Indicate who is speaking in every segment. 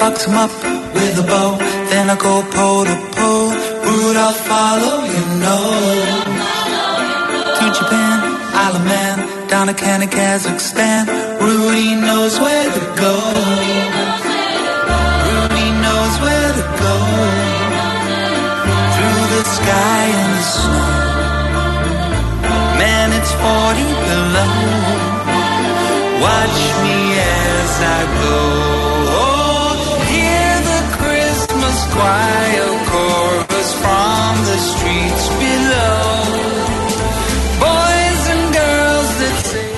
Speaker 1: box him up with a bow. Then I go pole to pole. Route I'll follow, you know. To Japan, Isle of Man, down to Canada, Kazakhstan. Rudy knows where to go. Rudy knows where to go. Through the sky and the snow. Man, it's 40 below. Watch me as I go. Oh, hear the Christmas choir chorus from the streets below. Boys and girls that sing.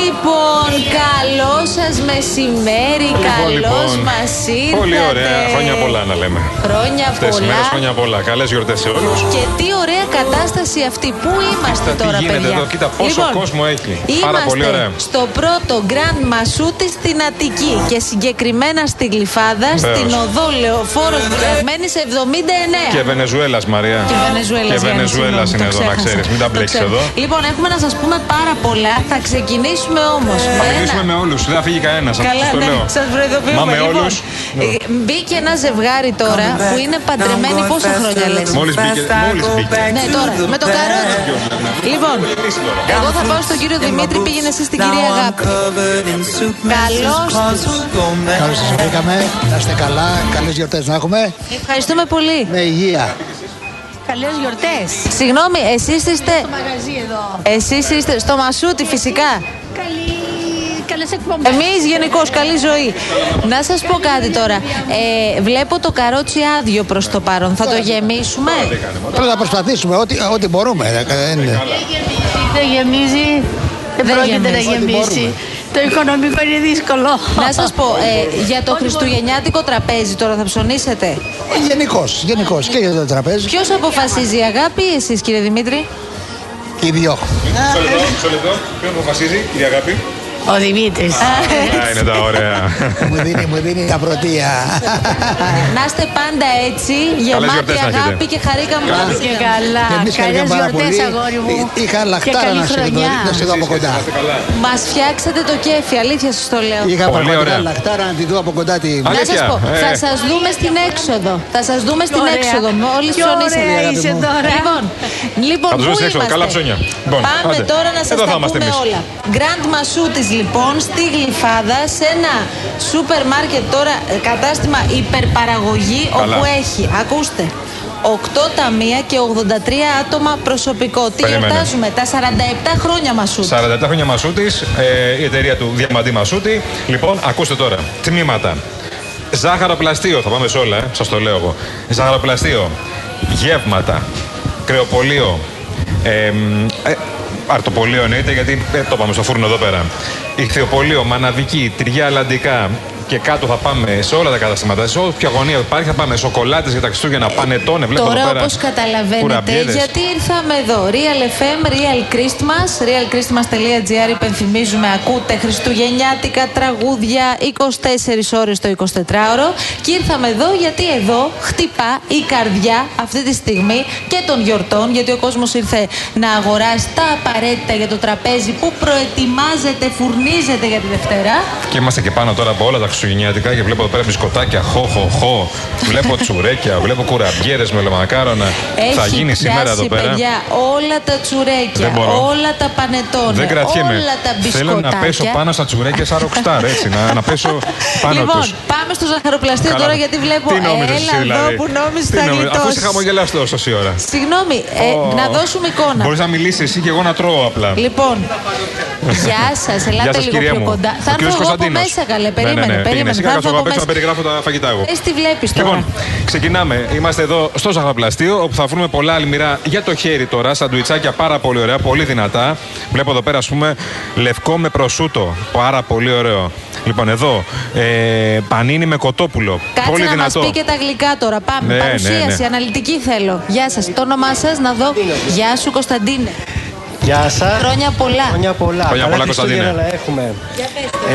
Speaker 2: Λοιπόν, καλό σα μεσημέρι, καλό μας μα ήρθατε.
Speaker 3: Λοιπόν, Πολύ ωραία. Χρόνια πολλά να λέμε.
Speaker 2: Χρόνια
Speaker 3: Αυτές τις μέρε
Speaker 2: πολλά.
Speaker 3: χρόνια πολλά. Καλές γιορτές σε όλους.
Speaker 2: Και τι ωραία κατάσταση αυτή. Πού είμαστε
Speaker 3: Κοίτα τι
Speaker 2: τώρα,
Speaker 3: γίνεται
Speaker 2: παιδιά. Λοιπόν,
Speaker 3: εδώ, κοίτα πόσο κόσμο έχει.
Speaker 2: Είμαστε
Speaker 3: Πάρα πολύ ωραία.
Speaker 2: στο πρώτο Grand Masouti στην Αττική και συγκεκριμένα στη Γλυφάδα,
Speaker 3: Βεβαίως.
Speaker 2: στην οδό Λεωφόρος Βγασμένη 79.
Speaker 3: Και Βενεζουέλας, Μαρία.
Speaker 2: Και Βενεζουέλας.
Speaker 3: Και Βενεζουέλας είναι εδώ, να ξέρεις. Μην τα μπλέξει εδώ.
Speaker 2: Λοιπόν, έχουμε να σας πούμε πάρα πολλά. Θα ξεκινήσουμε όμως.
Speaker 3: Θα μιλήσουμε με όλους. Δεν θα φύγει κανένας.
Speaker 2: Καλά,
Speaker 3: το
Speaker 2: ναι,
Speaker 3: λέω.
Speaker 2: σας προειδοποιούμε.
Speaker 3: Μα με
Speaker 2: Λοιπόν,
Speaker 3: όλους, ναι.
Speaker 2: ε, Μπήκε ένα ζευγάρι τώρα
Speaker 1: Come back.
Speaker 2: που είναι
Speaker 1: Now
Speaker 2: παντρεμένοι
Speaker 1: I'm going
Speaker 2: πόσα
Speaker 1: faster
Speaker 2: χρόνια
Speaker 1: than
Speaker 2: λε.
Speaker 1: the
Speaker 3: Μόλις
Speaker 1: past,
Speaker 3: μπήκε,
Speaker 1: I
Speaker 3: μόλις
Speaker 1: go
Speaker 3: μπήκε.
Speaker 1: back
Speaker 2: Ναι,
Speaker 1: to
Speaker 2: τώρα,
Speaker 1: the
Speaker 2: με το
Speaker 1: past.
Speaker 2: καρότσι. Λοιπόν,
Speaker 3: Λύση τώρα.
Speaker 2: εγώ θα πάω στον κύριο Δημήτρη, πήγαινε εσύ στην κυρία Αγάπη. Καλώς τους.
Speaker 4: Καλώ σα βρήκαμε. Να είστε καλά. Καλές γιορτές να έχουμε.
Speaker 2: Ευχαριστούμε πολύ.
Speaker 4: Με υγεία.
Speaker 5: Καλές γιορτές.
Speaker 2: Συγγνώμη, εσείς είστε.
Speaker 5: Μαγαζί εδώ.
Speaker 2: Εσείς είστε στο Μασούτι φυσικά.
Speaker 5: Καλή. Καλές εκπομπές.
Speaker 2: Εμείς γενικώς καλή ζωή. Να σας πω κάτι τώρα. Ε, βλέπω το καρότσι άδειο προς το παρόν. Θα το γεμίσουμε.
Speaker 4: Πρέπει να προσπαθήσουμε ό,τι, ό,τι μπορούμε. Ε, δεν είναι.
Speaker 5: Δεν γεμίζει. Δεν
Speaker 2: Δεν
Speaker 5: πρόκειται να
Speaker 2: γεμίζει.
Speaker 5: γεμίσει. Το οικονομικό είναι δύσκολο.
Speaker 2: Να σας πω, ε, για το χριστουγεννιάτικο τραπέζι τώρα θα ψωνίσετε.
Speaker 4: Γενικώς, γενικώς και για το τραπέζι.
Speaker 2: Ποιος αποφασίζει, η αγάπη ή εσείς κύριε Δημήτρη.
Speaker 4: Και οι δυο.
Speaker 3: Μισό λεπτό, μισό λεπτό. Ποιον αποφασίζει, κυρία Αγάπη.
Speaker 5: Ο Δημήτρης.
Speaker 3: Α, είναι τα ωραία.
Speaker 4: μου δίνει, μου δίνει τα πρωτεία.
Speaker 2: Να είστε πάντα έτσι, γεμάτη
Speaker 3: γιορτές να έχετε.
Speaker 2: αγάπη και χαρήκαμε μαζί
Speaker 5: Και
Speaker 2: σας.
Speaker 5: καλά.
Speaker 4: Και εμείς
Speaker 5: Καλέ
Speaker 4: χαρήκαμε πάρα πολύ.
Speaker 5: γιορτέ, αγόρι μου.
Speaker 4: Ε, Είχα
Speaker 5: Και
Speaker 4: λαχτάρα
Speaker 5: καλή
Speaker 4: να σε δω,
Speaker 5: χρονιά.
Speaker 4: να σε δω από κοντά.
Speaker 3: Είστε καλά.
Speaker 2: Μας φτιάξατε το κέφι, αλήθεια σας το λέω.
Speaker 4: Είχα
Speaker 3: Πολύ ωραία.
Speaker 4: πραγματικά λαχτάρα να τη δω από κοντά τη.
Speaker 3: Α,
Speaker 2: Να
Speaker 3: Αλήθεια,
Speaker 2: σας πω,
Speaker 3: ε.
Speaker 2: θα σας δούμε στην έξοδο. Θα σας δούμε στην
Speaker 5: Ωραία.
Speaker 2: έξοδο. Όλοι
Speaker 5: Τι ωραία
Speaker 2: ψωνίσατε.
Speaker 5: είσαι
Speaker 4: μου.
Speaker 5: τώρα.
Speaker 2: Λοιπόν, λοιπόν
Speaker 3: Θα τους
Speaker 2: πού
Speaker 3: δούμε στην έξοδο.
Speaker 2: είμαστε.
Speaker 3: Καλά ψώνια. Λοιπόν,
Speaker 2: Πάμε
Speaker 3: άντε.
Speaker 2: τώρα να σας
Speaker 3: Εδώ
Speaker 2: τα
Speaker 3: θα
Speaker 2: πούμε
Speaker 3: είμαστε εμείς.
Speaker 2: όλα. Grand Masoutis λοιπόν στη Γλυφάδα σε ένα σούπερ μάρκετ τώρα ε, κατάστημα υπερπαραγωγή
Speaker 3: Καλά.
Speaker 2: όπου έχει, ακούστε, 8 ταμεία και 83 άτομα προσωπικό. Τι
Speaker 3: Περίμενε.
Speaker 2: γιορτάζουμε, τα 47 χρόνια Μασούτη.
Speaker 3: 47 χρόνια Μασούτης, η εταιρεία του Διαμαντή Μασούτη. Λοιπόν, ακούστε τώρα. Τμήματα. Ζάχαροπλαστείο, θα πάμε σε όλα, ε, σας το λέω εγώ. Ζάχαροπλαστείο. Γεύματα. Κρεοπολείο. Ε, μ, ε, αρτοπολείο εννοείται, γιατί ε, το πάμε στο φούρνο εδώ πέρα. Ιχθυοπολείο, μαναβική, τριγιά αλλαντικά. Και κάτω θα πάμε σε όλα τα καταστήματα, σε όποια γωνία υπάρχει. Θα πάμε σοκολάτες για τα Χριστούγεννα, πανετόνε, βλέπω
Speaker 2: Τώρα,
Speaker 3: εδώ πέρα.
Speaker 2: όπως καταλαβαίνετε,
Speaker 3: κουραμπιέδες.
Speaker 2: γιατί ήρθαμε εδώ. Real FM, Real Christmas, realchristmas.gr. Υπενθυμίζουμε, ακούτε χριστουγεννιάτικα τραγούδια 24 ώρες το 24ωρο. Και ήρθαμε εδώ γιατί εδώ χτυπά η καρδιά αυτή τη στιγμή και των γιορτών. Γιατί ο κόσμος ήρθε να αγοράσει τα απαραίτητα για το τραπέζι που προετοιμάζεται, φουρνίζεται για τη Δευτέρα.
Speaker 3: Και είμαστε και πάνω τώρα από όλα τα χριστουγεννιάτικα και βλέπω εδώ πέρα μπισκοτάκια, χω, χω, χω. Βλέπω τσουρέκια, βλέπω κουραμπιέρες με λεμακάρονα.
Speaker 2: Έχει
Speaker 3: Θα γίνει σήμερα
Speaker 2: πιάσει,
Speaker 3: εδώ πέρα.
Speaker 2: παιδιά, όλα τα τσουρέκια,
Speaker 3: Δεν μπορώ.
Speaker 2: όλα τα πανετόνια,
Speaker 3: Δεν κρατιέμαι.
Speaker 2: όλα τα μπισκοτάκια.
Speaker 3: Θέλω να πέσω πάνω στα τσουρέκια σαν ροκστάρ, έτσι. Να, να πέσω πάνω
Speaker 2: Λοιπόν,
Speaker 3: τους.
Speaker 2: πάμε στο ζαχαροπλαστείο
Speaker 3: Καλά.
Speaker 2: τώρα γιατί βλέπω
Speaker 3: Τι νόμιζες
Speaker 2: έλα
Speaker 3: εσύ, δηλαδή.
Speaker 2: εδώ που νόμιζες
Speaker 3: Τι
Speaker 2: θα
Speaker 3: νόμιζες, Αφού είσαι
Speaker 2: γλιτώσει.
Speaker 3: χαμογελαστό τόση ώρα.
Speaker 2: Συγγνώμη, ε, να δώσουμε εικόνα.
Speaker 3: Μπορείς να μιλήσεις εσύ και εγώ να τρώω απλά.
Speaker 2: Λοιπόν, γεια σας,
Speaker 3: Γεια
Speaker 2: ελάτε
Speaker 3: σας,
Speaker 2: λίγο
Speaker 3: κυρία
Speaker 2: πιο
Speaker 3: μου.
Speaker 2: κοντά.
Speaker 3: Ο
Speaker 2: Θα έρθω
Speaker 3: κύριος
Speaker 2: εγώ από
Speaker 3: Κωνσταντίνος.
Speaker 2: μέσα, καλέ.
Speaker 3: Ναι,
Speaker 2: Περίμενε,
Speaker 3: ναι, ναι.
Speaker 2: περίμενε.
Speaker 3: Πήγαινε, σιγά,
Speaker 2: Θα έρθω
Speaker 3: κάτσε εγώ
Speaker 2: από
Speaker 3: απ' έξω να
Speaker 2: μέσα.
Speaker 3: περιγράφω τα φαγητά εγώ.
Speaker 2: Πες τι βλέπεις τώρα.
Speaker 3: Λοιπόν, ξεκινάμε. Είμαστε εδώ στο Ζαχαροπλαστείο όπου θα βρούμε πολλά αλμυρά για το χέρι τώρα. Σαντουιτσάκια πάρα πολύ ωραία, πολύ δυνατά. Βλέπω εδώ πέρα, ας πούμε, λευκό με προσούτο. Πάρα πολύ ωραίο. Λοιπόν, εδώ ε, πανίνι με κοτόπουλο. πολύ
Speaker 2: Κάτσε να μας
Speaker 3: δυνατό.
Speaker 2: πει και τα γλυκά τώρα. Πάμε.
Speaker 3: Ναι,
Speaker 2: Παρουσίαση,
Speaker 3: ναι, ναι.
Speaker 2: αναλυτική θέλω. Γεια σας. Το όνομά σας να δω. Γεια σου, Κωνσταντίνε.
Speaker 6: Γεια σας.
Speaker 2: Χρόνια πολλά.
Speaker 6: Χρόνια πολλά.
Speaker 3: Χρόνια
Speaker 6: Καλά
Speaker 3: πολλά,
Speaker 6: Χριστούγεννα
Speaker 3: Κωνσταντίνε.
Speaker 6: να έχουμε.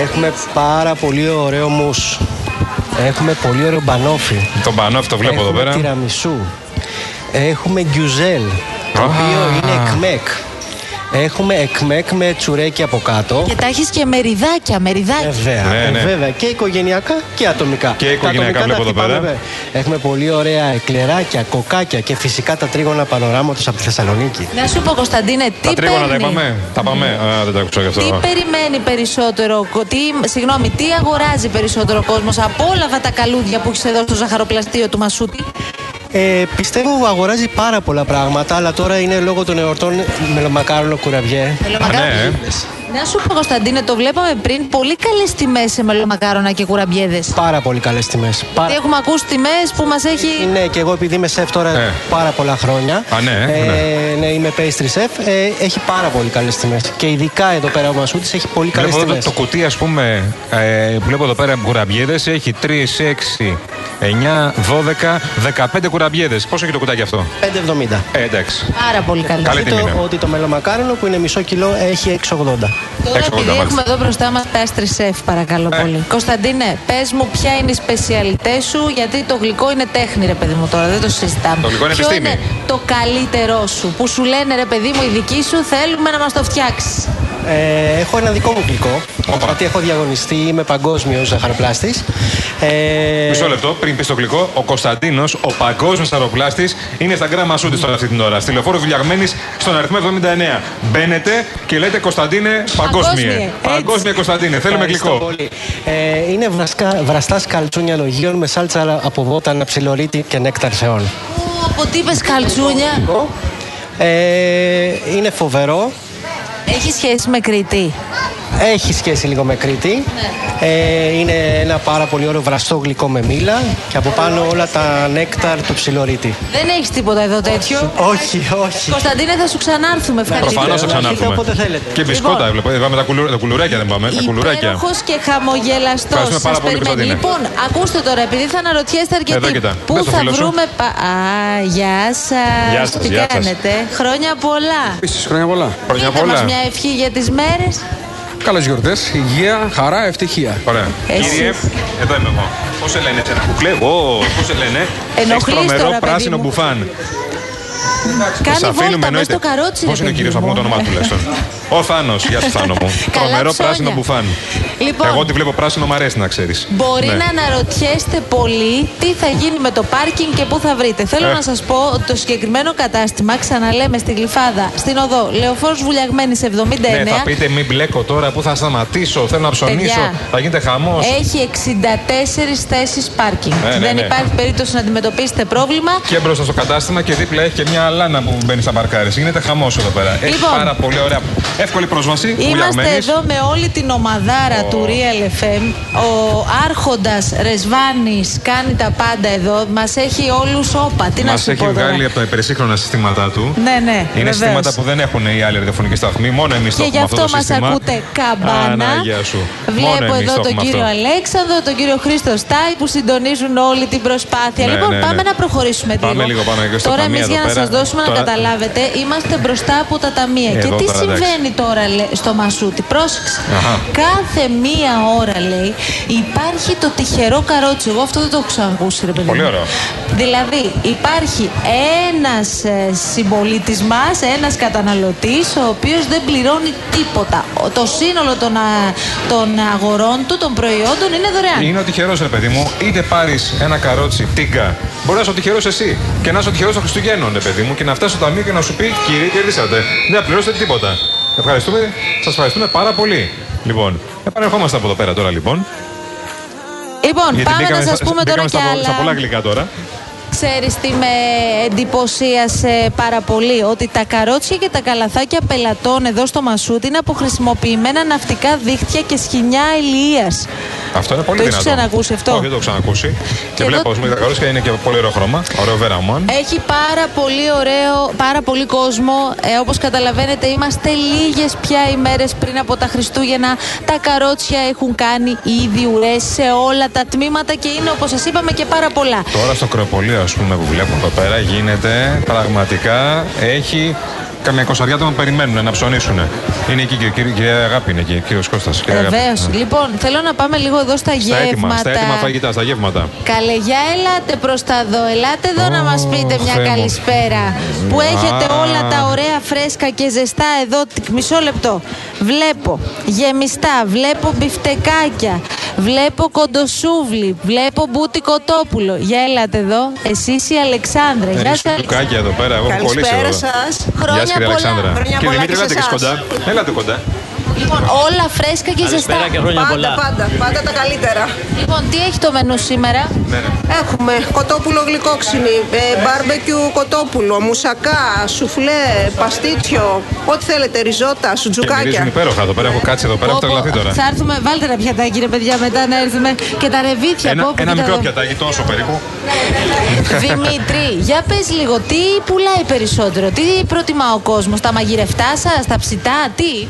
Speaker 6: Έχουμε πάρα πολύ ωραίο μους. Έχουμε πολύ ωραίο μπανόφι.
Speaker 3: Τον πανόφι το βλέπω
Speaker 6: έχουμε
Speaker 3: εδώ πέρα.
Speaker 6: τυραμισού. Έχουμε γκιουζέλ, το οποίο είναι εκμεκ. Έχουμε εκμεκ με τσουρέκι από κάτω.
Speaker 2: Και τα έχεις και μεριδάκια, μεριδάκια.
Speaker 6: Βέβαια,
Speaker 3: Ναι,
Speaker 6: ε,
Speaker 3: ναι.
Speaker 6: βέβαια. Και οικογενειακά και ατομικά.
Speaker 3: Και
Speaker 6: Τα
Speaker 3: οικογενειακά
Speaker 6: ατομικά τα
Speaker 3: βλέπω εδώ
Speaker 6: χτυπάμε,
Speaker 3: πέρα.
Speaker 6: βέβαια. Έχουμε πολύ ωραία εκλεράκια, κοκάκια και φυσικά τα τρίγωνα πανοράματος από τη Θεσσαλονίκη.
Speaker 2: Να σου πω, Κωνσταντίνε, τι
Speaker 3: Τα τρίγωνα τα
Speaker 2: παίρνει. Ναι.
Speaker 3: είπαμε. Τα πάμε. Α, δεν τα άκουσα γι'
Speaker 2: Τι
Speaker 3: αυτό.
Speaker 2: περιμένει περισσότερο, κο- τι, συγγνώμη, τι αγοράζει περισσότερο κόσμος από όλα αυτά τα καλούδια που έχεις εδώ στο ζαχαροπλαστείο του Μασούτη.
Speaker 6: Ε, πιστεύω ότι αγοράζει πάρα πολλά πράγματα, αλλά τώρα είναι λόγω των εορτών μελομακάρονο κουραβιέ.
Speaker 3: Α,
Speaker 2: Μελομακάρονα.
Speaker 3: ναι, ε.
Speaker 2: Να σου πω, Κωνσταντίνε, το βλέπαμε πριν πολύ καλές τιμές σε μελομακάρονα και κουραμπιέδες.
Speaker 6: Πάρα πολύ καλές τιμές.
Speaker 2: Γιατί έχουμε ακούσει τιμές που μας έχει.
Speaker 6: Ναι, και εγώ επειδή είμαι σεφ τώρα
Speaker 3: Ε.
Speaker 6: πάρα πολλά χρόνια.
Speaker 3: Α, ναι, ε,
Speaker 6: ε, ναι. είμαι pastry chef. Ε, έχει πάρα πολύ καλές τιμές. Και ειδικά εδώ πέρα ο Μασούτης έχει πολύ καλές
Speaker 3: Βλέπω εδώ
Speaker 6: τιμές.
Speaker 3: το, το κουτί, ας πούμε, ε, βλέπω εδώ πέρα κουραμπιέδες. Έχει 3, 6, 9, 12, 15 κουραμπιέδες. Πόσο έχει το κουτάκι αυτό.
Speaker 6: 5,70.
Speaker 3: Ε, εντάξει.
Speaker 2: Πάρα πολύ καλέ.
Speaker 3: Καλή
Speaker 6: Δείτε
Speaker 3: τιμή ναι. είναι.
Speaker 6: ότι το μελομακάρονο που είναι μισό κιλό έχει 6,80.
Speaker 2: Τώρα,
Speaker 3: Έξω από
Speaker 2: επειδή
Speaker 3: τα Ε.
Speaker 2: έχουμε εδώ μπροστά μας pastry chef, παρακαλώ πολύ. Κωνσταντίνε, πες μου ποια είναι η σπεσιαλιτές σου, γιατί το γλυκό είναι τέχνη, ρε παιδί μου, τώρα δεν το συζητάμε.
Speaker 3: Το γλυκό είναι
Speaker 2: Ποιο
Speaker 3: επιστήμη.
Speaker 2: είναι το καλύτερό σου, που σου λένε ρε παιδί μου, η δική σου, θέλουμε να μας το φτιάξεις.
Speaker 6: Ε, έχω ένα δικό μου γλυκό.
Speaker 3: Όπα.
Speaker 6: Ότι έχω διαγωνιστεί, είμαι παγκόσμιος ζαχαροπλάστης. Ε,
Speaker 3: Μισό λεπτό, πριν πεις το γλυκό, ο Κωνσταντίνος, ο παγκόσμιος αεροπλάστη, είναι στα γκράμα σου τώρα αυτή την ώρα. Στη λεωφόρο Βουλιαγμένης, στον αριθμό 79. Μπαίνετε και λέτε Κωνσταντίνε
Speaker 2: Παγκόσμιε,
Speaker 3: παγκόσμιε.
Speaker 2: έτσι.
Speaker 3: Παγκόσμια Κωνσταντίνε, θέλουμε
Speaker 6: Ευχαριστώ
Speaker 3: γλυκό.
Speaker 6: πολύ. Ε, είναι βρασκα, βραστά καλτσούνια λογίων με σάλτσα από βότανα, ψιλορίτη και νέκταρ θεών.
Speaker 2: Ου, από τι είπες, καλτσούνια.
Speaker 6: Ε, είναι φοβερό.
Speaker 2: Έχει σχέση με Κρήτη.
Speaker 6: Έχει σχέση λίγο με Κρήτη. Ε, είναι ένα πάρα πολύ ωραίο βραστό γλυκό με μήλα και από πάνω όλα τα νέκταρ του ψιλορίτη.
Speaker 2: Δεν έχεις τίποτα εδώ τέτοιο.
Speaker 6: Όχι, όχι.
Speaker 2: Κωνσταντίνε, θα σου ξανάρθουμε.
Speaker 3: Ναι,
Speaker 2: Ευχαριστώ.
Speaker 3: Προφανώς θα
Speaker 6: Αρχικά,
Speaker 3: ξανάρθουμε.
Speaker 6: όποτε θέλετε.
Speaker 3: Και μπισκότα,
Speaker 2: Λοιπόν.
Speaker 3: βλέπω. Ε, Πάμε τα, κουλου- τα κουλουράκια, δεν πάμε. Τα κουλουράκια.
Speaker 2: Υπέροχος και χαμογελαστός.
Speaker 3: Ευχαριστούμε πάρα πολύ,
Speaker 2: Λοιπόν,
Speaker 3: Κωνσταντίνε.
Speaker 2: ακούστε τώρα, επειδή θα αναρωτιέστε αρκετοί.
Speaker 3: Εδώ κοιτά.
Speaker 2: Πού
Speaker 3: Δες το
Speaker 2: θα
Speaker 3: φίλο σου.
Speaker 2: βρούμε. πα- Α, γεια σας.
Speaker 3: Γεια σας,
Speaker 2: Τι
Speaker 3: γεια σας.
Speaker 2: κάνετε. Χρόνια πολλά.
Speaker 7: Επίσης, χρόνια πολλά.
Speaker 3: Χρόνια
Speaker 2: Πείτε μας
Speaker 3: πολλά.
Speaker 2: μια ευχή για τις μέρες.
Speaker 7: Καλές γιορτές, υγεία, χαρά, ευτυχία.
Speaker 3: Ωραία.
Speaker 2: Εσείς.
Speaker 3: Κύριε, εδώ είμαι εγώ. Πώς σε λένε, εσένα, κουκλέ, εγώ, πώς σε λένε.
Speaker 2: Ενοχλείς
Speaker 3: Έχεις τρομερό
Speaker 2: τώρα, παιδί
Speaker 3: πράσινο
Speaker 2: μου.
Speaker 3: μπουφάν.
Speaker 2: Κάνει
Speaker 3: Σ'
Speaker 2: βόλτα μες
Speaker 3: εννοείται.
Speaker 2: στο καρότσι.
Speaker 3: Πώς
Speaker 2: ρε
Speaker 3: είναι ο
Speaker 2: παιδί
Speaker 3: κύριος,
Speaker 2: μου.
Speaker 3: να πούμε το όνομά του τουλάχιστον. Ο Θάνος, γεια σου Θάνο μου.
Speaker 2: Καλά
Speaker 3: Τρομερό
Speaker 2: ψώνια.
Speaker 3: πράσινο μπουφάν.
Speaker 2: Λοιπόν.
Speaker 3: Εγώ τη βλέπω πράσινο, μ' αρέσει να Ναι. ξέρεις.
Speaker 2: Μπορεί να αναρωτιέστε πολύ τι θα γίνει με το πάρκινγκ και πού θα βρείτε. Θέλω
Speaker 3: Ε.
Speaker 2: να σας πω ότι το συγκεκριμένο κατάστημα, ξαναλέμε στη Γλυφάδα, στην οδό Λεωφόρος Βουλιαγμένης 79,
Speaker 3: Ναι, θα πείτε μην μπλέκω τώρα, πού θα σταματήσω, θέλω να ψωνίσω,
Speaker 2: Παιδιά. Ε.
Speaker 3: θα γίνεται χαμός.
Speaker 2: Έχει 64 θέσεις πάρκινγκ.
Speaker 3: Ναι, ναι,
Speaker 2: Δεν
Speaker 3: ναι.
Speaker 2: υπάρχει περίπτωση να αντιμετωπίσετε πρόβλημα.
Speaker 3: Και μπροστά στο κατάστημα και δίπλα έχει και μια λάνα που μπαίνει στα παρκάρι. Γίνεται χαμός εδώ πέρα. Έχει
Speaker 2: Λοιπόν.
Speaker 3: πάρα πολύ ωραία. Εύκολη πρόσβαση.
Speaker 2: Είμαστε
Speaker 3: βουλιαγμένης.
Speaker 2: εδώ με όλη την ομαδάρα του Real FM. Ο Άρχοντας Ρεσβάνης κάνει τα πάντα εδώ. Μας έχει όλους όπα. Τι να
Speaker 3: Μας
Speaker 2: σου
Speaker 3: έχει
Speaker 2: πω τώρα.
Speaker 3: βγάλει από τα υπερσύγχρονα συστήματά του.
Speaker 2: Ναι, ναι,
Speaker 3: Είναι
Speaker 2: βεβαίως.
Speaker 3: συστήματα που δεν έχουν οι άλλοι ραδιοφωνικοί σταθμοί. Μόνο εμείς το
Speaker 2: Και γι'
Speaker 3: έχουμε
Speaker 2: αυτό
Speaker 3: αυτό το
Speaker 2: μας
Speaker 3: σύστημα.
Speaker 2: ακούτε καμπάνα.
Speaker 3: Ανάγια σου. Μόνο
Speaker 2: Βλέπω
Speaker 3: εμείς
Speaker 2: εδώ
Speaker 3: το
Speaker 2: τον
Speaker 3: έχουμε
Speaker 2: κύριο
Speaker 3: αυτό.
Speaker 2: Αλέξανδρο, τον κύριο Χρήστο Στάι που συντονίζουν όλη την προσπάθεια.
Speaker 3: Ναι,
Speaker 2: λοιπόν,
Speaker 3: ναι, ναι.
Speaker 2: πάμε να προχωρήσουμε
Speaker 3: Πάμε λίγο πάνω και στο
Speaker 2: Τώρα,
Speaker 3: ταμείο
Speaker 2: εμείς
Speaker 3: εδώ
Speaker 2: για να
Speaker 3: πέρα.
Speaker 2: σα δώσουμε
Speaker 3: Τώρα- Ε,
Speaker 2: να καταλάβετε, είμαστε μπροστά από τα ταμεία.
Speaker 3: Εδώ
Speaker 2: και τι
Speaker 3: τώρα, εντάξει.
Speaker 2: συμβαίνει τώρα λέ, στο Μασούτι, πρόσεξε.
Speaker 3: Αχα.
Speaker 2: Κάθε μία ώρα, λέει, υπάρχει το τυχερό καρότσι. Εγώ αυτό δεν το έχω ξανακούσει, ρε παιδί
Speaker 3: Πολύ
Speaker 2: μου.
Speaker 3: ωραίο.
Speaker 2: Δηλαδή υπάρχει ένας ε, συμπολίτης μας, ένας καταναλωτής, ο οποίος δεν πληρώνει τίποτα. Ο- Το σύνολο των, α- των αγορών του, των προϊόντων είναι δωρεάν.
Speaker 3: Είναι ο τυχερός, ρε παιδί μου. Είτε πάρεις ένα καρότσι τίγκα, μπορείς να είσαι ο τυχερός εσύ. Και να είσαι ο τυχερός των Χριστουγέννων, ρε παιδί μου. Και να φτάσει στο ταμείο και να σου πει, κύριε, κερδίσατε. Δεν θα πληρώσετε τίποτα. Ευχαριστούμε. Σας ευχαριστούμε πάρα πολύ. Λοιπόν, επανερχόμαστε από εδώ πέρα τώρα λοιπόν.
Speaker 2: Λοιπόν,
Speaker 3: Γιατί
Speaker 2: πάμε
Speaker 3: μπήκαμε
Speaker 2: να σας
Speaker 3: στα-
Speaker 2: πούμε τώρα
Speaker 3: μπήκαμε
Speaker 2: και
Speaker 3: στα, πο-
Speaker 2: άλλα.
Speaker 3: στα πολλά γλυκά τώρα.
Speaker 2: Ξέρεις τι με εντυπωσίασε πάρα πολύ, ότι τα καρότσια και τα καλαθάκια πελατών εδώ στο Μασούτι είναι από χρησιμοποιημένα ναυτικά δίχτυα και σχοινιά ηλίας.
Speaker 3: Αυτό είναι πολύ
Speaker 2: Το έχεις
Speaker 3: δυνατό.
Speaker 2: ξανακούσει αυτό?
Speaker 3: Όχι, δεν το έχω ξανακούσει.
Speaker 2: Και
Speaker 3: Και,
Speaker 2: εδώ-
Speaker 3: βλέπω, ας πούμε, τα καρότσια είναι και πολύ ωραίο χρώμα. Ωραίο βέραμα.
Speaker 2: Έχει πάρα πολύ ωραίο, πάρα πολύ κόσμο. Ε, Όπως καταλαβαίνετε, είμαστε λίγες πια ημέρε πριν από τα Χριστούγεννα. Τα καρότσια έχουν κάνει ήδη ουρές σε όλα τα τμήματα και είναι, όπως σας είπαμε, και πάρα πολλά.
Speaker 3: Τώρα στο κρεοπολείο, ας πούμε, που βλέπω εδώ πέρα, γίνεται πραγματικά. Έχει καμιά εικοσαριά άτομα που περιμένουν να ψωνίσουν. Είναι εκεί και η κυρία- κυρία Αγάπη, είναι εκεί, ο κύριος Κώστας.
Speaker 2: Βεβαίω. Λοιπόν, θέλω να πάμε λίγο εδώ στα,
Speaker 3: Στα έτοιμα,
Speaker 2: γεύματα.
Speaker 3: στα έτοιμα φαγητά, στα γεύματα.
Speaker 2: Καλέ, για έλατε προς τα δω. Ελάτε εδώ να μας πείτε μια
Speaker 3: Θεέ μου.
Speaker 2: καλησπέρα. Που
Speaker 3: Α.
Speaker 2: έχετε όλα τα ωραία, φρέσκα και ζεστά εδώ. Τ- Μισό λεπτό. Βλέπω γεμιστά, βλέπω μπιφτεκάκια, βλέπω κοντοσούβλι, βλέπω μπούτι κοτόπουλο. Για έλατε εδώ, εσείς η Αλεξάνδρα. Γεια
Speaker 3: Έχει
Speaker 2: σας.
Speaker 3: λουκάκια εδώ πέρα, εγώ έχω κολλήσει
Speaker 8: Καλησπέρα
Speaker 3: εδώ.
Speaker 8: σας.
Speaker 3: Γεια
Speaker 8: Χρόνια
Speaker 3: σα, κυρία
Speaker 8: πολλά.
Speaker 3: Αλεξάνδρα.
Speaker 8: Χρόνια
Speaker 3: Κύριε
Speaker 8: πολλά
Speaker 3: Δημήτρη,
Speaker 8: και
Speaker 3: ελάτε και
Speaker 8: σε
Speaker 3: κοντά. Έλατε κοντά.
Speaker 2: Λοιπόν, όλα φρέσκα και ζεστά.
Speaker 9: Καλησπέρα και χρόνια
Speaker 8: Πάντα,
Speaker 9: πολλά.
Speaker 8: πάντα, πάντα τα καλύτερα.
Speaker 2: Λοιπόν, τι έχει το μενού σήμερα.
Speaker 3: Ναι, ναι.
Speaker 8: Έχουμε κοτόπουλο γλυκόξινη, ε, μπάρμπεκιου κοτόπουλο, μουσακά, σουφλέ, παστίτσιο, ό,τι θέλετε, ριζότα,
Speaker 3: Και μυρίζουν
Speaker 8: σουτζουκάκια.
Speaker 3: υπέροχα εδώ πέρα. Έχω κάτσει εδώ πέρα, έχω
Speaker 2: Πω, πω,
Speaker 3: τρελαθεί τώρα.
Speaker 2: Θα έρθουμε, βάλτε ένα πιατάκι ρε παιδιά μετά να έρθουμε και τα ρεβίθια
Speaker 3: Ένα,
Speaker 2: πω, πω,
Speaker 3: ένα
Speaker 2: κοίτα
Speaker 3: μικρό
Speaker 2: εδώ.
Speaker 3: πιατάκι, τόσο περίπου.
Speaker 2: Δημήτρη, για πες λίγο, τι πουλάει περισσότερο, τι προτιμά ο κόσμος, τα μαγειρευτά σας, τα ψητά, τι.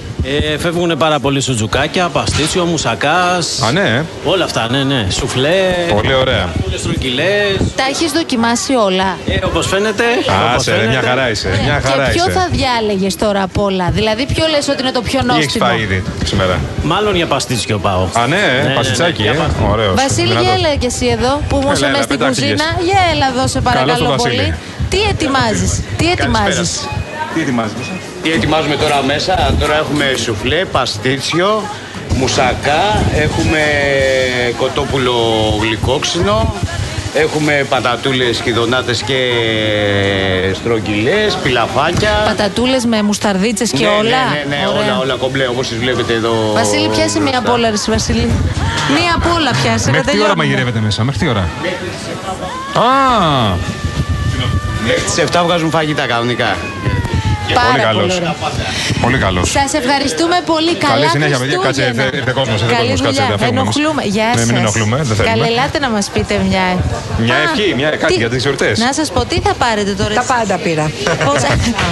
Speaker 9: Ε, φεύγουν πάρα πολλοί σουτζουκάκια, παστίτσιο, μουσακάς.
Speaker 3: Α, ναι, ε.
Speaker 9: Όλα αυτά, ναι, ναι. Σουφλέ.
Speaker 3: Πολύ ωραία.
Speaker 9: Όλες τρογγυλέ.
Speaker 2: Τα έχεις δοκιμάσει όλα.
Speaker 9: Ε, Όπως φαίνεται.
Speaker 3: Α,
Speaker 9: όπως
Speaker 3: σε ρε,
Speaker 9: φαίνεται.
Speaker 3: μια χαρά είσαι. Ε, Μια χαρά
Speaker 2: και ποιο θα
Speaker 3: είσαι.
Speaker 2: διάλεγες τώρα απ' όλα, δηλαδή ποιο λες ότι είναι το πιο
Speaker 3: Ή έχεις
Speaker 2: νόστιμο.
Speaker 3: φάει ήδη σήμερα.
Speaker 9: Μάλλον για παστίτσιο πάω.
Speaker 3: Α, ναι, ε, πασιτσάκι,
Speaker 9: ναι,
Speaker 3: ε.
Speaker 9: για παστι-
Speaker 3: Ωραίος.
Speaker 2: Βασίλη, για έλα και εσύ εδώ που μου
Speaker 3: Έλα,
Speaker 2: είσαι
Speaker 3: έλα,
Speaker 2: μέσα στην
Speaker 3: πετάχτηκες.
Speaker 2: κουζίνα. Για έλα εδώ, σε παρακαλώ
Speaker 3: τον Βασίλη.
Speaker 2: πολύ. Τι ετοιμάζεις, τι ετοιμάζεις.
Speaker 3: Τι ετοιμάζεις.
Speaker 10: Τι ετοιμάζουμε τώρα μέσα, τώρα έχουμε σουφλέ, παστίτσιο, μουσακά, έχουμε κοτόπουλο γλυκόξινο, έχουμε πατατούλες κιδονάτες και στρογγυλές, πιλαφάκια.
Speaker 2: Πατατούλες με μουσταρδίτσες και
Speaker 10: ναι,
Speaker 2: όλα.
Speaker 10: Ναι, ναι, ναι,
Speaker 2: Ωραία.
Speaker 10: όλα, όλα κομπλέ όπως τις βλέπετε εδώ.
Speaker 2: Βασίλη, πιάσε μία απ' όλα, ρε, εσύ, Βασίλη. Μία απ' όλα πιάσε.
Speaker 3: Μέχρι τι ώρα
Speaker 2: τελειώνουμε.
Speaker 3: μαγειρεύετε μέσα, μέχρι τι ώρα. Α,
Speaker 10: Μέχρι τις 7 βγάζουν φαγητά Ε, κανονικά.
Speaker 3: πολύ
Speaker 2: Πάρα πολύ
Speaker 3: καλός.
Speaker 2: ωραία.
Speaker 3: Πολύ καλός.
Speaker 2: Σας ευχαριστούμε πολύ. Καλά
Speaker 3: Καλή συνέχεια, παιδιά. Κάτσε,
Speaker 2: Χριστούγεννα.
Speaker 3: ήρθε- ήρθε κόσμος, ήρθε
Speaker 2: Καλή
Speaker 3: κόσμος. Κάτσε,
Speaker 2: δουλειά.
Speaker 3: να φεύγουμε εμείς.
Speaker 2: Ενοχλούμε. Γεια
Speaker 3: Ναι,
Speaker 2: σα.
Speaker 3: μην ενοχλούμε, δεν θέλουμε.
Speaker 2: Καλελάτε να μας πείτε μια.
Speaker 3: Μια
Speaker 2: Α,
Speaker 3: ευχή, μια- κάτι
Speaker 2: τι-
Speaker 3: για τις γιορτές.
Speaker 2: Να σας πω τι θα πάρετε τώρα.
Speaker 8: Τα πάντα πήρα.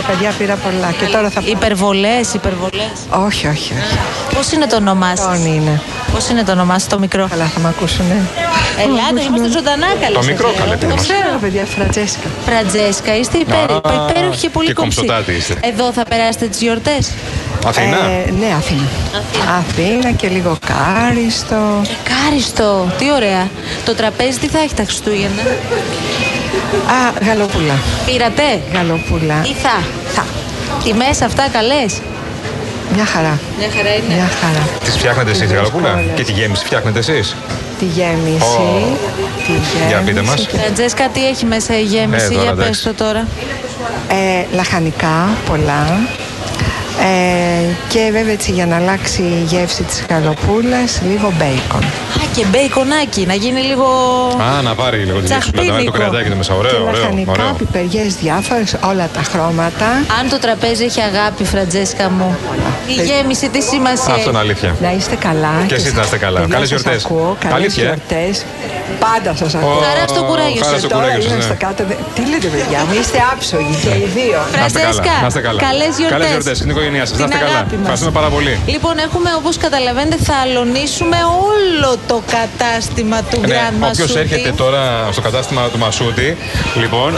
Speaker 8: Παιδιά πήρα πολλά και τώρα θα πω.
Speaker 2: Υπερβολές, υπερβολές.
Speaker 8: Όχι, όχι, όχι.
Speaker 2: Πώς είναι το όνομά σας,
Speaker 8: Τόνι είναι.
Speaker 2: Πώς είναι το όνομά σας, το μικρό.
Speaker 8: Καλά θα με ακούσουνε.
Speaker 2: Ελάτε, είμαστε ζωντανά καλέ.
Speaker 3: Το
Speaker 2: σας
Speaker 3: μικρό
Speaker 2: λέω.
Speaker 3: καλέ, τι
Speaker 2: Το
Speaker 3: μας.
Speaker 2: ξέρω.
Speaker 8: Ξέρω, παιδιά, Φραντζέσκα.
Speaker 2: Φραντζέσκα, είστε υπέρ-
Speaker 3: Α,
Speaker 2: υπέροχοι και πολύ
Speaker 3: και
Speaker 2: κομψοί.
Speaker 3: κομψοτάτη είστε.
Speaker 2: Εδώ θα περάσετε τις γιορτές.
Speaker 3: Αθηνά.
Speaker 8: Ε, ναι, Αθήνα. Αθήνα και λίγο κάριστο.
Speaker 2: Κάριστο, τι ωραία. Το τραπέζι τι θα έχει τα Χριστούγεννα.
Speaker 8: Α, γαλοπούλα.
Speaker 2: Πήρατε.
Speaker 8: Γαλοπούλα.
Speaker 2: Ή θα.
Speaker 8: Θα.
Speaker 2: Τιμές αυτά καλές.
Speaker 8: Μια χαρά.
Speaker 2: Μια χαρά είναι.
Speaker 8: Μια χαρά.
Speaker 3: Τις φτιάχνετε εσείς, Γαλοπούλα.
Speaker 8: δύσκολες.
Speaker 3: Και τη γέμιση φτιάχνετε εσείς.
Speaker 8: Τη γέμιση.
Speaker 3: Ω.
Speaker 8: Τη γέμιση.
Speaker 3: Για πείτε μας.
Speaker 8: και-
Speaker 2: Φραντζέσκα, τι έχει μέσα η
Speaker 3: Ναι,
Speaker 2: γέμιση,
Speaker 3: τώρα,
Speaker 2: για πες
Speaker 3: εντάξει.
Speaker 2: το τώρα.
Speaker 8: Ε, λαχανικά πολλά. Ε, και βέβαια έτσι για να αλλάξει η γεύση της γαλοπούλας λίγο μπέικον.
Speaker 2: Α, και μπέικονάκι, να γίνει λίγο...
Speaker 3: Α, να πάρει λίγο τη γέμιση. Να βάλει το
Speaker 2: Τσαχπίνικο.
Speaker 3: κρεατάκι του μέσα. Ε, Ωραίο,
Speaker 8: και
Speaker 3: ωραίο.
Speaker 8: λαχανικά,
Speaker 3: ωραίο.
Speaker 8: πιπεριές διάφορες, όλα τα χρώματα.
Speaker 2: Αν το τραπέζι έχει αγάπη, Φραντζέσκα μου, η
Speaker 8: Παιδιά.
Speaker 2: γέμιση τι σημασία
Speaker 3: Αυτό είναι
Speaker 2: έχει.
Speaker 3: αλήθεια.
Speaker 8: Να είστε καλά.
Speaker 3: Και εσείς να είστε καλά.
Speaker 8: Παιδιά,
Speaker 3: Καλές
Speaker 8: σας
Speaker 3: γιορτές.
Speaker 8: Ακούω, καλές
Speaker 3: Αλήθεια, ε.
Speaker 8: γιορτές. Πάντα σας ακούω.
Speaker 2: Χαρά στο κουράγιο
Speaker 3: Χαρά
Speaker 2: σας.
Speaker 3: στο
Speaker 8: Τώρα
Speaker 3: κουράγιο σας,
Speaker 8: είμαστε
Speaker 3: ναι.
Speaker 8: κάτω. δε- Τι λέτε, παιδιά μου, είστε άψογοι και οι δύο.
Speaker 3: Να είστε καλά,
Speaker 2: Φραντζέσκα,
Speaker 3: να είστε καλά.
Speaker 2: καλές γιορτές.
Speaker 3: Καλές γιορτές στην οικογένειά σας. Να
Speaker 2: Την
Speaker 3: είστε καλά.
Speaker 2: αγάπη μας.
Speaker 3: Ευχαριστούμε πάρα πολύ.
Speaker 2: Λοιπόν, έχουμε όπως καταλαβαίνετε θα αλωνίσουμε όλο το κατάστημα του
Speaker 3: Ναι,
Speaker 2: Grand
Speaker 3: Όποιος
Speaker 2: Masouti.
Speaker 3: έρχεται τώρα στο κατάστημα του Μασούτη, λοιπόν,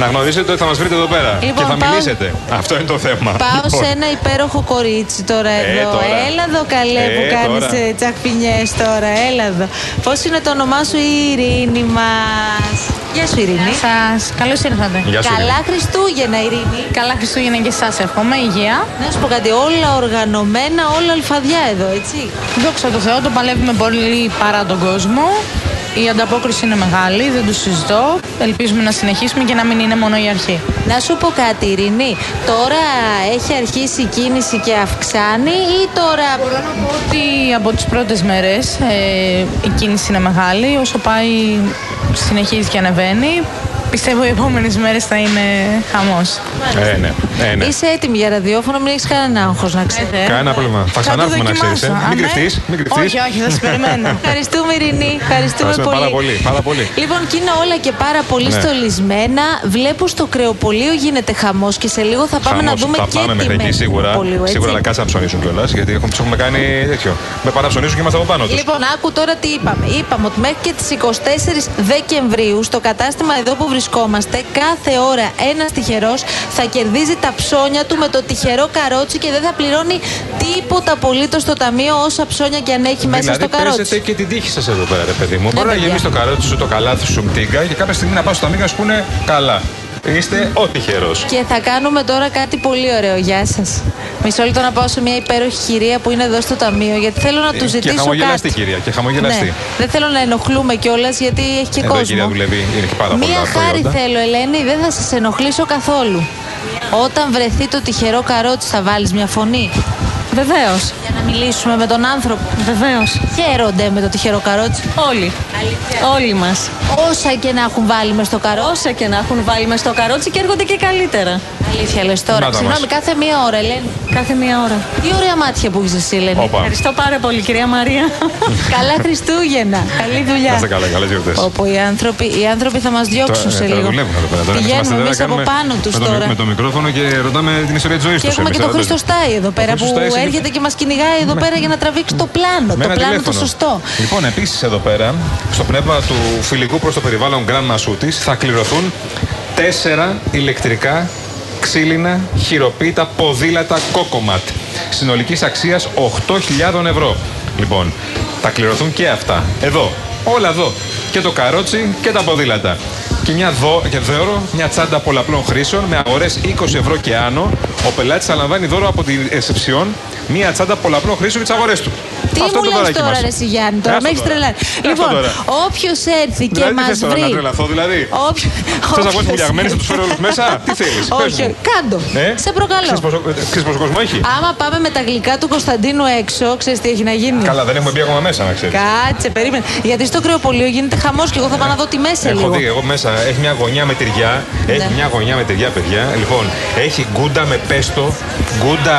Speaker 3: να γνωρίζετε ότι θα μας βρείτε εδώ πέρα.
Speaker 2: Λοιπόν,
Speaker 3: και θα
Speaker 2: πάω-
Speaker 3: μιλήσετε. Αυτό είναι το θέμα.
Speaker 2: Πάω
Speaker 3: Λοιπόν,
Speaker 2: σε ένα υπέροχο κορίτσι τώρα
Speaker 3: Ε,
Speaker 2: εδώ.
Speaker 3: τώρα.
Speaker 2: Έλα εδώ καλέ
Speaker 3: Ε,
Speaker 2: που
Speaker 3: τώρα.
Speaker 2: κάνεις τσακπινιέ τώρα. Έλα εδώ. Πώς είναι το όνομά σου, η Ειρήνη μας. Γεια σου, Ειρήνη.
Speaker 11: Σας καλώς ήρθατε.
Speaker 3: Γεια σου.
Speaker 2: Καλά
Speaker 3: Ειρήνη.
Speaker 2: Χριστούγεννα, Ειρήνη.
Speaker 11: Καλά Χριστούγεννα και εσά εύχομαι, υγεία.
Speaker 2: Να σου πω κάτι, όλα οργανωμένα, όλα αλφαδιά εδώ, έτσι.
Speaker 11: Δόξα τω Θεώ, το παλεύουμε πολύ παρά τον κόσμο. Η ανταπόκριση είναι μεγάλη, δεν το συζητώ. Ελπίζουμε να συνεχίσουμε και να μην είναι μόνο η αρχή.
Speaker 2: Να σου πω κάτι, Ειρήνη. Τώρα έχει αρχίσει η κίνηση και αυξάνει ή τώρα.
Speaker 11: Ότι από τις πρώτες μέρες ε, η κίνηση είναι μεγάλη, όσο πάει συνεχίζει και ανεβαίνει. Πιστεύω οι επόμενες μέρες θα είναι χαμός.
Speaker 3: Ε, ναι, ε, ναι.
Speaker 2: Είσαι έτοιμη για ραδιόφωνο, μην έχεις κανένα άγχος να ξέρεις.
Speaker 11: Ε,
Speaker 3: Κανένα πρόβλημα. Θα
Speaker 11: το
Speaker 3: ξανάρθουμε να ξέρεις.
Speaker 11: δοκιμάσω. Α,
Speaker 3: Μην
Speaker 11: ναι.
Speaker 3: κρυφτείς. Μην κρυφτείς.
Speaker 11: Όχι, όχι, θα σε περιμένω.
Speaker 2: Ευχαριστούμε, Ειρηνή. Ευχαριστούμε
Speaker 3: ναι. Ευχαριστούμε
Speaker 2: πολύ.
Speaker 3: πάρα πολύ, πάρα πολύ.
Speaker 2: Λοιπόν, και είναι όλα και πάρα πολύ
Speaker 3: Ναι.
Speaker 2: στολισμένα. Βλέπω στο κρεοπολείο γίνεται χαμός και σε λίγο θα πάμε να δούμε
Speaker 3: θα
Speaker 2: και
Speaker 3: πάμε
Speaker 2: τη
Speaker 3: μέχρι εκεί
Speaker 2: μέση
Speaker 3: σίγουρα.
Speaker 2: του πολίου, έτσι.
Speaker 3: σίγουρα, αλλά κάτσε να ψωνίσουν κιόλας. Γιατί έχουμε, τους έχουμε κάνει τέτοιο. Με πάνε να ψωνίσουν και είμαστε από πάνω τους.
Speaker 2: Λοιπόν, άκου τώρα τι είπαμε. Είπαμε ότι μέχρι και τις 24 Δεκεμβρίου στο κατάστημα εδώ που βρισκόμαστε, κάθε ώρα ένας τυχερός θα κερδίζει τα ψώνια του με το τυχερό καρότσι και δεν θα πληρώνει τίποτα απολύτως στο ταμείο όσα ψώνια και αν έχει μέσα
Speaker 3: δηλαδή,
Speaker 2: στο καρότσι. Ναι,
Speaker 3: παίζετε και την τύχη σας εδώ πέρα, ρε παιδί μου. Μπορεί να
Speaker 2: παιδιά.
Speaker 3: γεμίσει το καρότσι σου, το καλάθι σου, μτίγκα και κάποια στιγμή να πας στο ταμείο να σου πούνε καλά. Είστε ό,τι χερό.
Speaker 2: Και θα κάνουμε τώρα κάτι πολύ ωραίο. Γεια σας. Μισό λεπτό να πάω σε μια υπέροχη κυρία που είναι εδώ στο ταμείο, γιατί θέλω να του
Speaker 3: Ε, Και
Speaker 2: ζητήσω.
Speaker 3: χαμογελαστή,
Speaker 2: κάτι.
Speaker 3: κυρία. Και χαμογελαστή.
Speaker 2: Ναι. Δεν θέλω να ενοχλούμε κιόλας, γιατί έχει και
Speaker 3: εδώ η κυρία
Speaker 2: κόσμο.
Speaker 3: δουλεύει, είναι και πάρα
Speaker 2: Μία
Speaker 3: πολλά
Speaker 2: χάρη
Speaker 3: προϊόντα.
Speaker 2: θέλω, Ελένη, δεν θα σας ενοχλήσω καθόλου. Όταν βρεθεί το τυχερό καρότσι, θα βάλεις μια φωνή. Βεβαίως. Για να μιλήσουμε με τον άνθρωπο. Βεβαίως. Χαίρονται με το τυχερό καρότσι. Όλοι. Όλοι μας. Όσα και να έχουν βάλει μες στο καρότσι. Όσα και να έχουν βάλει μες στο καρότσι και έρχονται και καλύτερα. Αλήθεια λες
Speaker 12: Να
Speaker 2: τώρα.
Speaker 12: τα μας.
Speaker 2: Συγγνώμη, κάθε μία ώρα, Ελένη.
Speaker 12: Κάθε μία ώρα.
Speaker 2: Τι ωραία μάτια που έχεις εσύ, Ελένη.
Speaker 3: Όπα. Ευχαριστώ
Speaker 2: πάρα πολύ, κυρία Μαρία. Καλά Χριστούγεννα. Καλή δουλειά.
Speaker 3: Να είστε καλά, καλές γιορτές.
Speaker 2: Όπου οι άνθρωποι, οι άνθρωποι θα μας
Speaker 3: ε,
Speaker 2: διώξουν σε λίγο. Πηγαίνουμε εμείς από πάνω τους τώρα.
Speaker 3: Με το μικρόφωνο και ρωτάμε την ιστορία της ζωής του.
Speaker 2: Και έχουμε και τον Χρήστο Στάι εδώ πέρα
Speaker 3: Χρήστος
Speaker 2: που
Speaker 3: Στάι είναι-
Speaker 2: έρχεται και μας κυνηγάει εδώ πέρα για να τραβήξει το πλάνο. Το πλάνο το σωστό.
Speaker 3: Λοιπόν, επίσης εδώ πέρα, στο πνεύμα του φιλικού προς το περιβάλλον Grand Masoutis, θα κληρωθούν τέσσερα ηλεκτρικά ξύλινα χειροποίητα ποδήλατα κόκοματ συνολικής αξίας 8.000 ευρώ. Λοιπόν, θα κληρωθούν και αυτά. Εδώ, όλα εδώ. Και το καρότσι και τα ποδήλατα. Και μια δω, και δώρο, μια τσάντα πολλαπλών χρήσεων με αγορές 20 ευρώ και άνω. Ο πελάτης θα λαμβάνει δώρο από την Εσεψιόν μια τσάντα πολλαπλών χρήσεων και τις αγορές του.
Speaker 2: Τι
Speaker 3: Αυτό
Speaker 2: μου
Speaker 3: το
Speaker 2: λες
Speaker 3: δωράκι
Speaker 2: τώρα,
Speaker 3: μας.
Speaker 2: ρε Σιγιάννη, τώρα με
Speaker 3: Άστο
Speaker 2: έχεις
Speaker 3: τώρα.
Speaker 2: τρελάνει.
Speaker 3: Άστο
Speaker 2: Λοιπόν,
Speaker 3: τώρα.
Speaker 2: όποιος έρθει και
Speaker 3: Δηλαδή, τι
Speaker 2: μα
Speaker 3: θες τώρα,
Speaker 2: βρει.
Speaker 3: να τρελαθώ, δηλαδή.
Speaker 2: Όποιο-
Speaker 3: Θες να
Speaker 2: όποιος-
Speaker 3: βγάλεις πουλιαγμένες, να τους φέρω όλους μέσα. Τι θέλεις, πες
Speaker 2: Όχι,
Speaker 3: μου.
Speaker 2: κάντο.
Speaker 3: Ε?
Speaker 2: Σε προκαλώ.
Speaker 3: Ξέρεις πόσο- ε, Ξέρεις πόσο κόσμο έχει.
Speaker 2: Άμα πάμε με τα γλυκά του Κωνσταντίνου έξω, ξέρεις τι έχει να γίνει.
Speaker 3: Καλά, δεν έχουμε μπει ακόμα μέσα, να ξέρεις.
Speaker 2: Κάτσε, περίμενε. Γιατί στο κρεοπολείο γίνεται χαμός και εγώ θα πάω να δω τη μέσα
Speaker 3: Έχω
Speaker 2: λίγο. Ναι.
Speaker 3: δει εγώ μέσα. Έχει μια γωνιά με τυριά. Έχει μια γωνιά με τυριά, παιδιά. Λοιπόν, έχει γκούντα με πέστο, γκούντα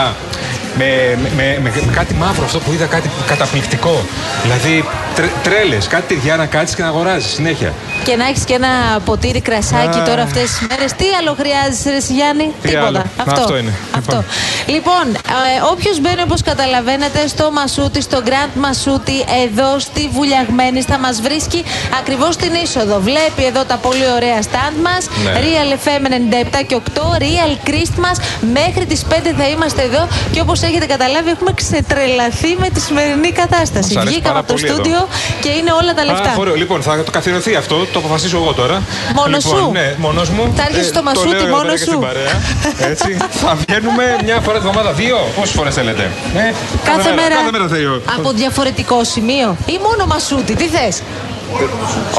Speaker 3: με, με, με, με- με κάτι μαύρο αυτό που είδα, κάτι καταπληκτικό. Δηλαδή τρε, τρέλες, κάτι τυριά να κάτσεις και να αγοράζεις συνέχεια.
Speaker 2: Και να έχεις και ένα ποτήρι κρασάκι
Speaker 3: Α.
Speaker 2: τώρα αυτές τις μέρες. Τι άλλο χρειάζεσαι, Ρε Γιάννη,
Speaker 3: Τι άλλο.
Speaker 2: τίποτα.
Speaker 3: Να, αυτό είναι.
Speaker 2: Αυτό. Λοιπόν, ε, όποιος μπαίνει όπως καταλαβαίνετε στο Μασούτι, στο Grand Μασούτι, εδώ στη Βουλιαγμένη, θα μας βρίσκει ακριβώς στην είσοδο. Βλέπει εδώ τα πολύ ωραία στάντ μας.
Speaker 12: Ναι.
Speaker 2: Real FM 97 και 8, Real Christmas. Μέχρι τις 5 θα είμαστε εδώ και όπως έχετε καταλάβει, έχουμε ξετρελαθεί με τη σημερινή κατάσταση.
Speaker 3: Μας αρέσει
Speaker 2: Βγήκαμε
Speaker 3: πάρα
Speaker 2: από το
Speaker 3: πολύ εδώ.
Speaker 2: στούντιο και είναι όλα τα λεφτά.
Speaker 3: Α, ωραίο. Λοιπόν, θα το καθιερωθεί αυτό, το αποφασίσω εγώ τώρα.
Speaker 2: Μόνος
Speaker 3: λοιπόν,
Speaker 2: σου.
Speaker 3: Ναι, μόνος μου.
Speaker 2: Θα έρχεσαι στο
Speaker 3: το
Speaker 2: μασούτι
Speaker 3: λέω εδώ πέρα
Speaker 2: μόνος
Speaker 3: και στην
Speaker 2: σου.
Speaker 3: παρέα. Έτσι. θα βγαίνουμε μια φορά την εβδομάδα, δύο. Πόσες φορές θέλετε. Ε,
Speaker 2: Κάθε, μέρα,
Speaker 3: Κάθε μέρα θέλει. ο-
Speaker 2: από διαφορετικό σημείο ή μόνο μασούτι, τι θες.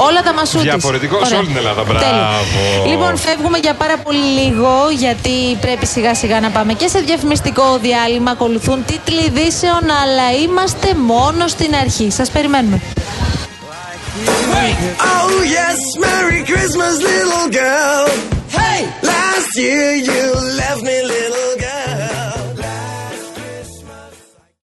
Speaker 2: Όλα τα μασούτι.
Speaker 3: Διαφορετικό σε όλη την Ελλάδα. Μπράβο.
Speaker 2: Λοιπόν, φεύγουμε για πάρα πολύ λίγο, γιατί πρέπει σιγά σιγά να πάμε και σε διαφημιστικό διάλειμμα. Ακολουθούν τίτλοι ειδήσεων, αλλά είμαστε μόνο στην αρχή. Σας περιμένουμε.
Speaker 13: Oh yes, Merry Christmas, little girl. Hey, last year you left me, little